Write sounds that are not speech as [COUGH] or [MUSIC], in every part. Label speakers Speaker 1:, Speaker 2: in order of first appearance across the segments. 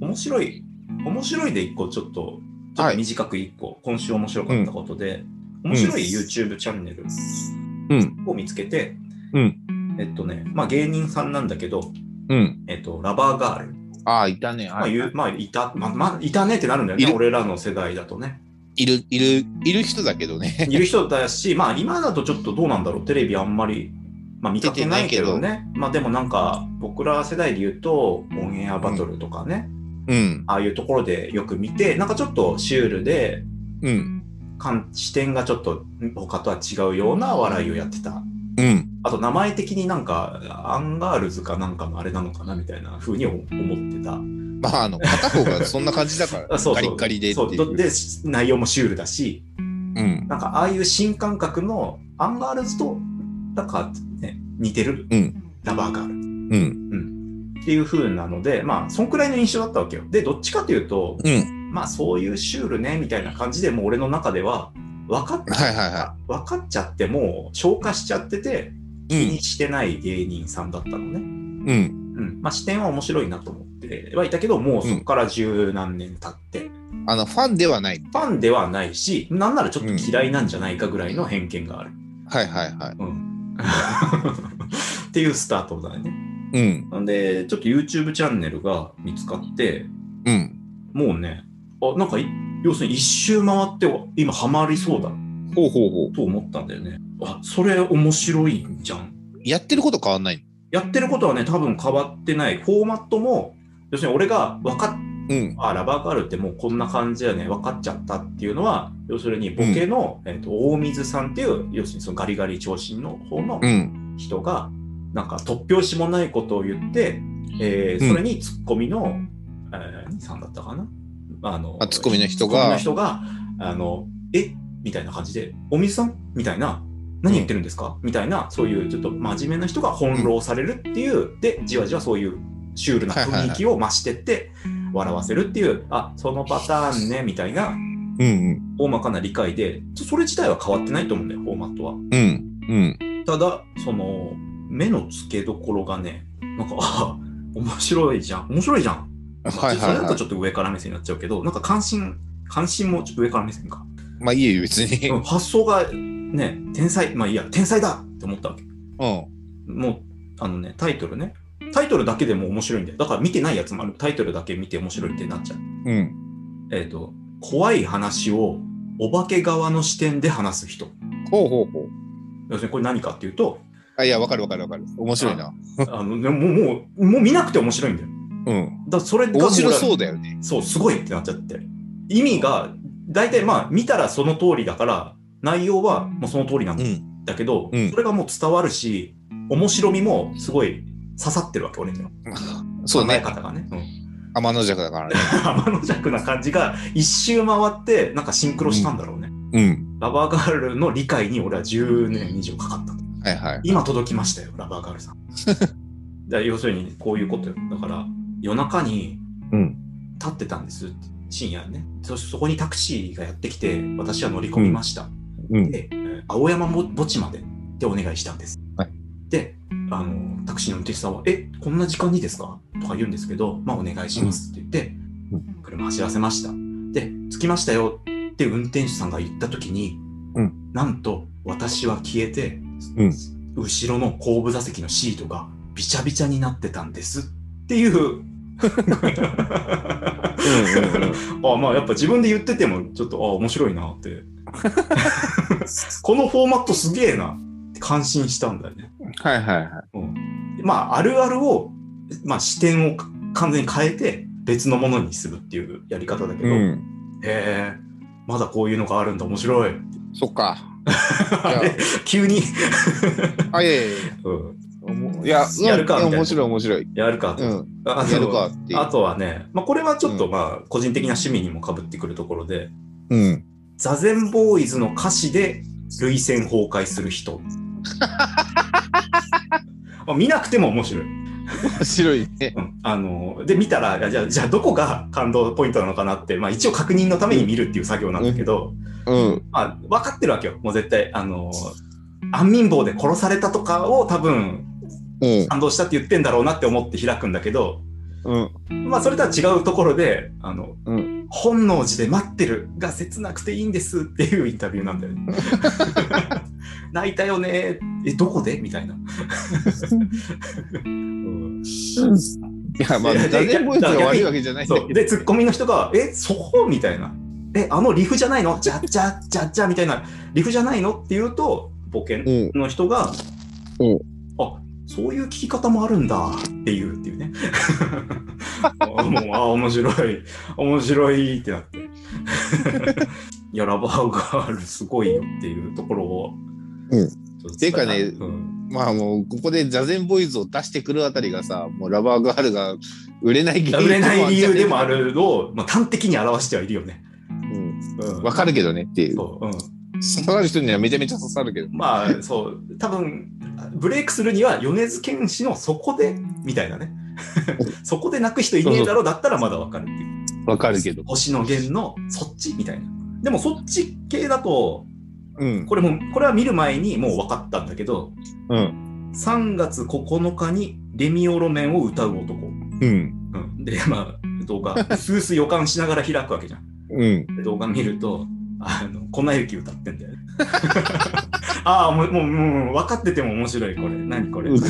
Speaker 1: 面白い、面白いで一個ちょっと、ちょっ
Speaker 2: は
Speaker 1: と
Speaker 2: い
Speaker 1: 短く一個、今週面白かったことで、面白い YouTube チャンネル
Speaker 2: うん。
Speaker 1: を見つけて、
Speaker 2: うん
Speaker 1: えっとね、まあ芸人さんなんだけど、
Speaker 2: うん。
Speaker 1: えっと、ラバーガール。
Speaker 2: ああ、いたね。
Speaker 1: まあ、
Speaker 2: はいい、
Speaker 1: まあ、いた、まあ、まあ、いたねってなるんだよね
Speaker 2: い、る
Speaker 1: 俺らの世代だと
Speaker 2: [LAUGHS]
Speaker 1: ね。
Speaker 2: いる、いる、いる人だけどね。
Speaker 1: いる人だし、まあ今だとちょっとどうなんだろう、テレビあんまり、まあ、見かけないけど
Speaker 2: 出て
Speaker 1: ね。まあでもなんか、僕ら世代で言うと、オンエアバトルとかね、
Speaker 2: [LAUGHS] うん。
Speaker 1: ああいうところでよく見て、なんかちょっとシュールで、
Speaker 2: うん。
Speaker 1: 感視点がちょっと他とは違うような笑いをやってた。
Speaker 2: うん。
Speaker 1: あと名前的になんか、アンガールズかなんかのあれなのかなみたいな風に思ってた。
Speaker 2: まあ、あの、片方がそんな感じだから、
Speaker 1: [LAUGHS] あそうそう
Speaker 2: ガリッガリでって
Speaker 1: そう
Speaker 2: い
Speaker 1: ど
Speaker 2: う。
Speaker 1: で、内容もシュールだし、
Speaker 2: うん。
Speaker 1: なんかああいう新感覚のアンガールズとなんか、ね、似てる
Speaker 2: うん。
Speaker 1: ラバーガール
Speaker 2: うん。
Speaker 1: っていう風なのでまあそんくらいの印象だったわけよ。でどっちかというと
Speaker 2: うん。
Speaker 1: まあそういうシュールねみたいな感じでもう俺の中では分かっ
Speaker 2: はいはいは
Speaker 1: 分かっちゃってもう消化しちゃってて
Speaker 2: い。う
Speaker 1: 気
Speaker 2: ん
Speaker 1: に。してない芸人さんだったのね。
Speaker 2: うん。
Speaker 1: うんまあ、視点は面白いなと思ってはいたけどもうそこから十何年経って、
Speaker 2: あの、ファンではない。
Speaker 1: ファンではないしなんならちょっと嫌いなんじゃないかぐらいの偏見がある。
Speaker 2: はいはいはい。
Speaker 1: うん、っていうスタートだよね。
Speaker 2: うん。
Speaker 1: なんで、ちょっと YouTube チャンネルが見つかって、
Speaker 2: うん。
Speaker 1: もうね、あなんかい、要するに一周回っては今ハマりそうだ
Speaker 2: ほうほうほう。
Speaker 1: と思ったんだよね。あ、それ面白いんじゃん。
Speaker 2: やってること変わんない。
Speaker 1: やってることはね、多分変わってない。フォーマットも、要するに俺が分かっ
Speaker 2: うん。
Speaker 1: あラバーガールってもうこんな感じやね、分かっちゃったっていうのは、要するにボケの、えっと大水さんっていう、要するにそのガリガリ長身の方の
Speaker 2: うん。
Speaker 1: 人がなんか突拍子もないことを言って、えー
Speaker 2: うん
Speaker 1: それにツッコミの、えー兄さんだったかなあの
Speaker 2: あツッコミの人が
Speaker 1: ツッコミの人があのえみたいな感じで「お水さん?」みたいな「何言ってるんですか?」みたいなそういうちょっと真面目な人が翻弄されるっていう、でじわじわそういうシュールな雰囲気を増してって笑わせるっていう「あそのパターンね」みたいな
Speaker 2: うん。
Speaker 1: 大まかな理解でちょそれ自体は変わってないと思うんだよフォーマットは。
Speaker 2: うん。うん。
Speaker 1: ただその目の付けどころがねなんかあ面白いじゃん面白いじゃん、
Speaker 2: はい
Speaker 1: そ
Speaker 2: は
Speaker 1: れ
Speaker 2: い
Speaker 1: だと
Speaker 2: は
Speaker 1: ちょっと上から目線になっちゃうけどなんか関心関心もちょっと上から目線か
Speaker 2: い。まあ、いいよ、別に。
Speaker 1: うん発想がね天才まあいいや天才だって思ったわけ
Speaker 2: うん。
Speaker 1: もうあのねタイトルねタイトルだけでも面白いんだよだから見てないやつもあるタイトルだけ見て面白いってなっちゃう
Speaker 2: うん。
Speaker 1: えっ、と怖い話をお化け側の視点で話す人
Speaker 2: ほうほうほう。
Speaker 1: 要するにこれ何かっていうと
Speaker 2: あ、いや、わかるわかるわかる。面白いな。
Speaker 1: あのねもうもうもう見なくて面白いんだよ
Speaker 2: うん。
Speaker 1: だからそれが
Speaker 2: 面白
Speaker 1: う
Speaker 2: そうだよね。
Speaker 1: そうすごいってなっちゃって意味が大体まあ見たらその通りだから内容はもうその通りなん
Speaker 2: うん。
Speaker 1: だけど、
Speaker 2: うん
Speaker 1: それがもう伝わるし面白みもすごい刺さってるわけ俺には
Speaker 2: そう
Speaker 1: 考え
Speaker 2: ね。
Speaker 1: 方がね、うん、 [LAUGHS]
Speaker 2: 天の弱だからね。
Speaker 1: 天の弱な感じが一周回ってなんかシンクロしたんだろうね、
Speaker 2: うん。
Speaker 1: ラバーガールの理解に俺は10年以上かかった
Speaker 2: はいはい。
Speaker 1: 今届きましたよラバーガール
Speaker 2: [LAUGHS]
Speaker 1: さんだから要するにこういうことよだから夜中に
Speaker 2: うん。
Speaker 1: 立ってたんです深夜ねそそこにタクシーがやってきて私は乗り込みました、
Speaker 2: うん。
Speaker 1: でえー青山も墓地までってお願いしたんです、
Speaker 2: はい
Speaker 1: であのタクシーの運転手さんは「えこんな時間にですか?」とか言うんですけど「まあお願いします」って言って、
Speaker 2: うん
Speaker 1: 車走らせましたで着きましたよって運転手さんが言った時に、
Speaker 2: うん
Speaker 1: なんと私は消えて、
Speaker 2: うん
Speaker 1: 後ろの後部座席のシートがびちゃびちゃになってたんですっていう。あまあやっぱ自分で言っててもちょっとあ面白いなって
Speaker 2: [LAUGHS]
Speaker 1: このフォーマットすげえなって感心したんだよね、
Speaker 2: はいはいはい。
Speaker 1: うん、まああるあるを、まあ、視点を完全に変えて別のものにするっていうやり方だけど、へ
Speaker 2: うん。
Speaker 1: えまだこういうのがあるんだ面白い
Speaker 2: そっ
Speaker 1: [LAUGHS]
Speaker 2: か。いや
Speaker 1: 急に、
Speaker 2: あ、いやいやいや
Speaker 1: うん、
Speaker 2: おも。いや、うん
Speaker 1: やるかみたいない
Speaker 2: 面白い面白い。
Speaker 1: [LAUGHS] やるかと、
Speaker 2: うん。
Speaker 1: あ
Speaker 2: やるかっていう
Speaker 1: あとはね、まあ、これはちょっと
Speaker 2: う
Speaker 1: まあ個人的な趣味にもかぶってくるところで、
Speaker 2: うん。
Speaker 1: 座禅ボーイズの歌詞で涙腺崩壊する人 [LAUGHS] あ見なくても面白い、
Speaker 2: 面白いね。
Speaker 1: うんあので見たらいやじゃあじゃあどこが感動ポイントなのかなって、まあ、一応確認のために見るっていう作業なんだけど、
Speaker 2: うん。
Speaker 1: まあ、分かってるわけよもう絶対あの安眠棒で殺されたとかを多分
Speaker 2: うん。
Speaker 1: 感動したって言ってんだろうなって思って開くんだけど
Speaker 2: うん。
Speaker 1: まあ、それとは違うところで、あの、
Speaker 2: う
Speaker 1: 本能寺で待ってるが切なくていいんですっていうインタビューなんだよ [LAUGHS] ね。泣いたよねえ、どこでみたいな。うん
Speaker 2: いや、まあ、
Speaker 1: いや
Speaker 2: ダジャレボイスが悪いわけじゃないんだ
Speaker 1: そう
Speaker 2: け
Speaker 1: で、ツッコミの人が、え、そうみたいな。え、あのリフじゃないのじゃっじゃっじゃっじゃみたいな。リフじゃないのって言うと、ボケ
Speaker 2: ど。うん。
Speaker 1: の人が、
Speaker 2: うん
Speaker 1: あそういう聞き方もあるんだっていうっていうね。 [LAUGHS] あもうあ面白い面白いってなって。 [LAUGHS] いやラバーガールすごいよっていうところを。
Speaker 2: うん
Speaker 1: ちょっと
Speaker 2: て
Speaker 1: 伝え
Speaker 2: いうか
Speaker 1: た
Speaker 2: ね
Speaker 1: うん
Speaker 2: まあもう、ここで座禅ボイスを出してくるあたりがさ、もうラバーガールが売れない原
Speaker 1: 売
Speaker 2: 因
Speaker 1: れない理由でもあ
Speaker 2: る。
Speaker 1: るのを、まあ、端的に表してはいるよね。
Speaker 2: うん。
Speaker 1: うん
Speaker 2: わかるけどねっていう。
Speaker 1: そううん
Speaker 2: 刺さる人にはめちゃめちゃ刺さるけど。
Speaker 1: まあそう多分ブレイクするには米津玄師のそこでみたいなねそこで泣く人いねえだろうだったらまだわかるっていう。
Speaker 2: わかるけど。
Speaker 1: 星野源のそっちみたいな。でもそっち系だと、
Speaker 2: うん。
Speaker 1: これもこれは見る前にもう分かったんだけど、
Speaker 2: うん。
Speaker 1: 3月9日にレミオロメンを歌う男。
Speaker 2: うん。
Speaker 1: うん、で、まあ、動画、スースー予感しながら開くわけじゃん。
Speaker 2: うん。
Speaker 1: で動画見ると、あの、粉雪歌ってんだよね。 [LAUGHS] ああ、もう、もう、もう、分かってても面白い、これ。何これ。 [LAUGHS]
Speaker 2: うん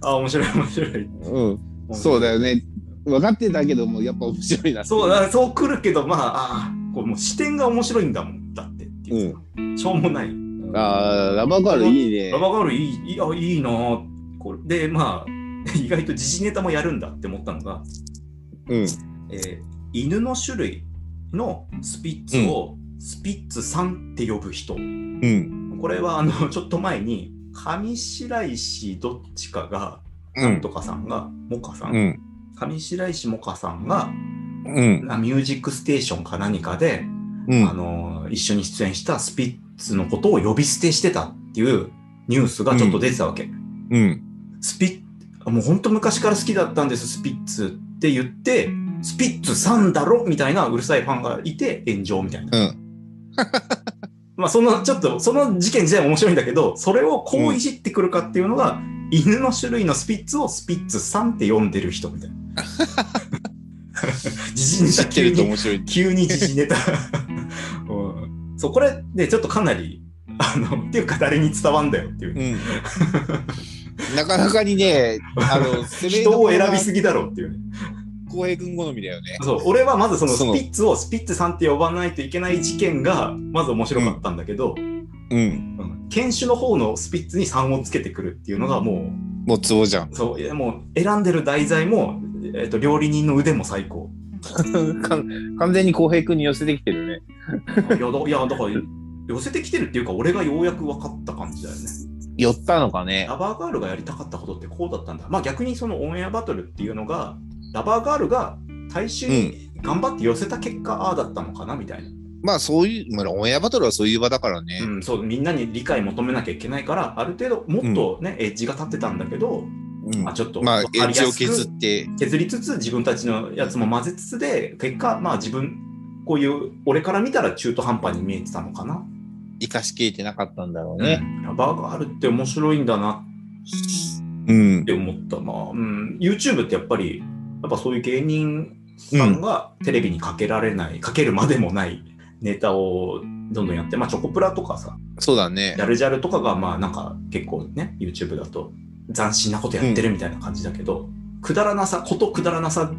Speaker 1: ああ、面白い、面白
Speaker 2: [LAUGHS]
Speaker 1: い。
Speaker 2: うん。そうだよね。分かってたけども、やっぱ面白いな。
Speaker 1: そうだ、そう来るけど、まあ、ああ、こうもう視点が面白いんだもん、だってっていうさ、しょうもない。
Speaker 2: あーラバーガールいいね。
Speaker 1: ラバーガールいい、いや、いいなあこれ。で、まあ、 [LAUGHS] 意外と時事ネタもやるんだって思ったのが、
Speaker 2: うん。
Speaker 1: えー犬の種類のスピッツをスピッツさんって呼ぶ人。
Speaker 2: うん。
Speaker 1: これは、あの、 [LAUGHS] ちょっと前に、上白石どっちかが、
Speaker 2: う
Speaker 1: とかさんが、モカさん、
Speaker 2: ん。
Speaker 1: 上白石モカさんが、
Speaker 2: うん。
Speaker 1: なミュージックステーションか何かで、
Speaker 2: うん
Speaker 1: あの一緒に出演したスピッツのことを呼び捨てしてたっていうニュースがちょっと出てたわけ。
Speaker 2: うん。
Speaker 1: スピッもう本当昔から好きだったんですスピッツって言ってスピッツさんだろみたいなうるさいファンがいて炎上みたいな。
Speaker 2: うん。
Speaker 1: まあそのちょっとその事件自体も面白いんだけどそれをこういじってくるかっていうのが、犬の種類のスピッツをスピッツさんって呼んでる人みた
Speaker 2: [LAUGHS]
Speaker 1: いな。自信
Speaker 2: 知
Speaker 1: 者
Speaker 2: って
Speaker 1: 急
Speaker 2: ると
Speaker 1: に
Speaker 2: 面白い。
Speaker 1: 急に時事
Speaker 2: [LAUGHS]
Speaker 1: ネタ、うん、そうこれねちょっとかなりあのっていうか誰に伝わんだよっていう、
Speaker 2: うん。なかなかにね、あの、攻め
Speaker 1: [LAUGHS] 人を選びすぎだろうっていうね、
Speaker 2: 浩平君好みだよね。
Speaker 1: そう俺はまずそのス
Speaker 2: その
Speaker 1: ピッツをスピッツさんって呼ばないといけない事件がまず面白かったんだけど、
Speaker 2: うん。
Speaker 1: うん犬種の方のスピッツに3をつけてくるっていうのがも
Speaker 2: もうツボじゃん。
Speaker 1: うそういやもう選んでる題材も、えっと料理人の腕も最
Speaker 2: [LAUGHS]
Speaker 1: 高
Speaker 2: 完全に浩平君に寄せてきてるね。
Speaker 1: いやだいやだから寄せてきてるっていうか俺がようやく分かった感じだよね
Speaker 2: 寄ったのかね。
Speaker 1: ラバーガールがやりたかったことってこうだったんだ。まあ逆にそのオンエアバトルっていうのが、ラバーガールが大衆に頑張って寄せた結果、ああだったのかなみたいな。
Speaker 2: まあそういう、まあ、オンエアバトルはそういう場だからね。
Speaker 1: うん、そう、みんなに理解求めなきゃいけないから、ある程度もっとね、エッジが立ってたんだけど、
Speaker 2: うん
Speaker 1: まあちょっと、
Speaker 2: まあ、
Speaker 1: わ
Speaker 2: エ
Speaker 1: かり
Speaker 2: ッ
Speaker 1: やす
Speaker 2: ジ
Speaker 1: く
Speaker 2: を削って。
Speaker 1: 削りつつ、自分たちのやつも混ぜつつで、結果、まあ自分、こういう、俺から見たら中途半端に見えてたのかな。
Speaker 2: 生かしきれてなかったんだろうね。
Speaker 1: うんラバーガールって面白いんだな
Speaker 2: うん
Speaker 1: っ。て思ったな、うん、YouTube ってやっぱりやっぱそういう芸人さんがテレビにかけられない、かけるまでもないネタをどんどんやって、まあ、チョコプラとかさ
Speaker 2: そうだね
Speaker 1: ジ。ャルジャルとかがまあなんか結構ね YouTube だと斬新なことやってるみたいな感じだけど、くだらなさことくだらなさ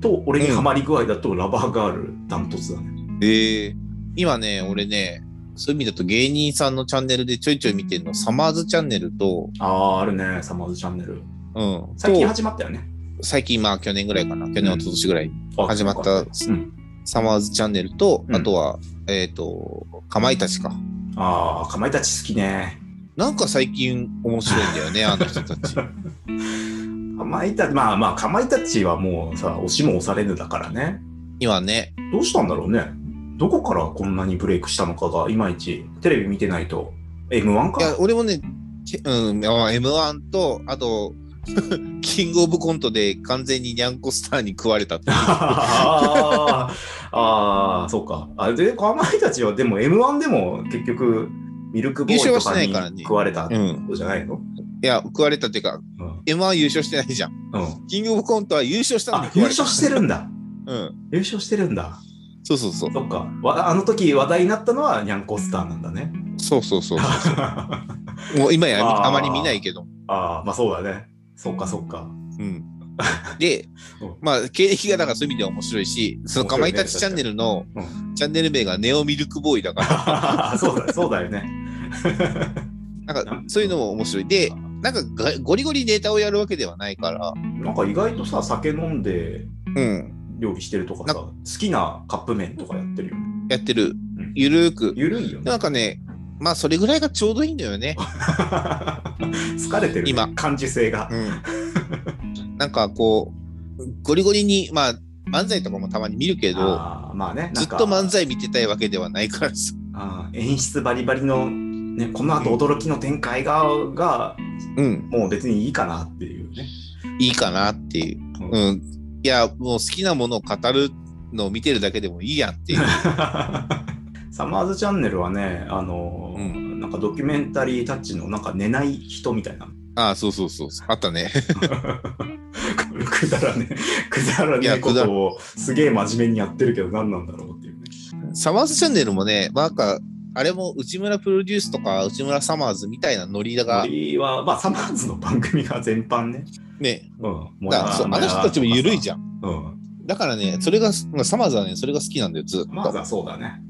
Speaker 1: と俺にハマり具合だとラバーガールダントツだね、
Speaker 2: ええ今ね、俺ね、そういう意味だと芸人さんのチャンネルでちょいちょい見てるの、サマーズチャンネルと、
Speaker 1: あああるねサマーズチャンネル
Speaker 2: うん、
Speaker 1: 最近
Speaker 2: と
Speaker 1: 始まったよね
Speaker 2: 最近、まあ去年ぐらいかな、去年は一昨年ぐらい、
Speaker 1: あ
Speaker 2: 始まっ
Speaker 1: そう
Speaker 2: た
Speaker 1: かうん、
Speaker 2: サマーズチャンネルと、
Speaker 1: うん
Speaker 2: あとは、えっ、と、かまいたちか。
Speaker 1: ああかまいたち好きね
Speaker 2: なんか最近面白いん
Speaker 1: [LAUGHS]
Speaker 2: だよね、あの人たち。
Speaker 1: かまいたち、まあまあ、かまいたちはもうさ、押しも押されぬだからね。
Speaker 2: 今ね、
Speaker 1: どうしたんだろうね。どこからこんなにブレイクしたのかが、いまいち、テレビ見てないと、M1
Speaker 2: いや
Speaker 1: か。
Speaker 2: 俺もね、けうん、まあ M1 と、あと、 [LAUGHS] キングオブコントで完全にニャンコスターに食われたってい
Speaker 1: [LAUGHS]
Speaker 2: う
Speaker 1: あーあー、そうか。あで、かまいたちは、でも M1 でも結局、ミルクボーイ
Speaker 2: 優勝
Speaker 1: と
Speaker 2: はして
Speaker 1: か
Speaker 2: な
Speaker 1: に
Speaker 2: いからね
Speaker 1: 食われたって
Speaker 2: うん。
Speaker 1: ことじゃないの
Speaker 2: いや、食われたっていうか、
Speaker 1: うん
Speaker 2: M1 優勝してないじゃん。
Speaker 1: うん。
Speaker 2: キングオブコントは優勝したのに
Speaker 1: あ、
Speaker 2: 食
Speaker 1: 優
Speaker 2: われた
Speaker 1: 勝してるんだ。
Speaker 2: うん。
Speaker 1: 優勝してるんだ。
Speaker 2: そうそうそう。
Speaker 1: そっか。わあの時話題になったのはニャンコスターなんだね。 [LAUGHS]
Speaker 2: そうそうそう。
Speaker 1: あ
Speaker 2: もう今や
Speaker 1: あー
Speaker 2: あまり見ないけど。
Speaker 1: あー、まあそうだね。そっかそっか。
Speaker 2: うん。
Speaker 1: [LAUGHS]
Speaker 2: で
Speaker 1: うん、
Speaker 2: まあ、経歴がだからそういう意味では面白いし、そのかまいたちチャンネルの
Speaker 1: 面白いね確
Speaker 2: チャンネル名がネオミルクボーイだか
Speaker 1: [LAUGHS]
Speaker 2: ら、
Speaker 1: そうだそうだよね。
Speaker 2: なんかそういうのも面白い。で、なんかがゴリゴリネタをやるわけではないから、
Speaker 1: なんか意外とさ、酒飲んで
Speaker 2: うん、
Speaker 1: 料理してるとかさ、好きなカップ麺とかやってるよね。
Speaker 2: やってる
Speaker 1: うん。
Speaker 2: ゆるーく。
Speaker 1: ゆるいよね
Speaker 2: なん。かね、まあ、それぐらいがちょうどいいんだよね。
Speaker 1: [LAUGHS] 疲れてる、ね、
Speaker 2: 今
Speaker 1: 感受性が
Speaker 2: う。ん。なんかこう、ゴリゴリに、まあ、漫才とかもたまに見るけど、
Speaker 1: あーまあね、な
Speaker 2: ず
Speaker 1: ん
Speaker 2: っ
Speaker 1: か
Speaker 2: と漫才見てたいわけではないからさ。
Speaker 1: あー演出バリバリの、ね、この後驚きの展開がが
Speaker 2: うん、
Speaker 1: もう別にいいかなっていうね。
Speaker 2: いいかなっていう。
Speaker 1: う
Speaker 2: うん。いや、もう好きなものを語るのを見てるだけでもいいやって [LAUGHS] いう。
Speaker 1: [LAUGHS] サマーズチャンネルはね、あのーなんかドキュメンタリータッチのなんか寝ない人みたいな。
Speaker 2: ああ、そうそうそうそう。あったね。
Speaker 1: くだらね [LAUGHS] くだら
Speaker 2: い
Speaker 1: ね
Speaker 2: や
Speaker 1: えこ
Speaker 2: くだ
Speaker 1: とをすげえ真面目にやってるけど何なんだろうっていうね。
Speaker 2: サマーズチャンネルもね、まあ、なんか、あれも内村プロデュースとか内村サマーズみたいなノリだが、
Speaker 1: 森は、まあ、サマーズの番組が全般ね。
Speaker 2: ね、
Speaker 1: うん。も
Speaker 2: だからそうあの人たちも緩いじゃん。
Speaker 1: ゃん。うん。
Speaker 2: だからね、それが、まあサマーズはね、それが好きなんだよ、ずっ
Speaker 1: まず
Speaker 2: と。
Speaker 1: はそうだね。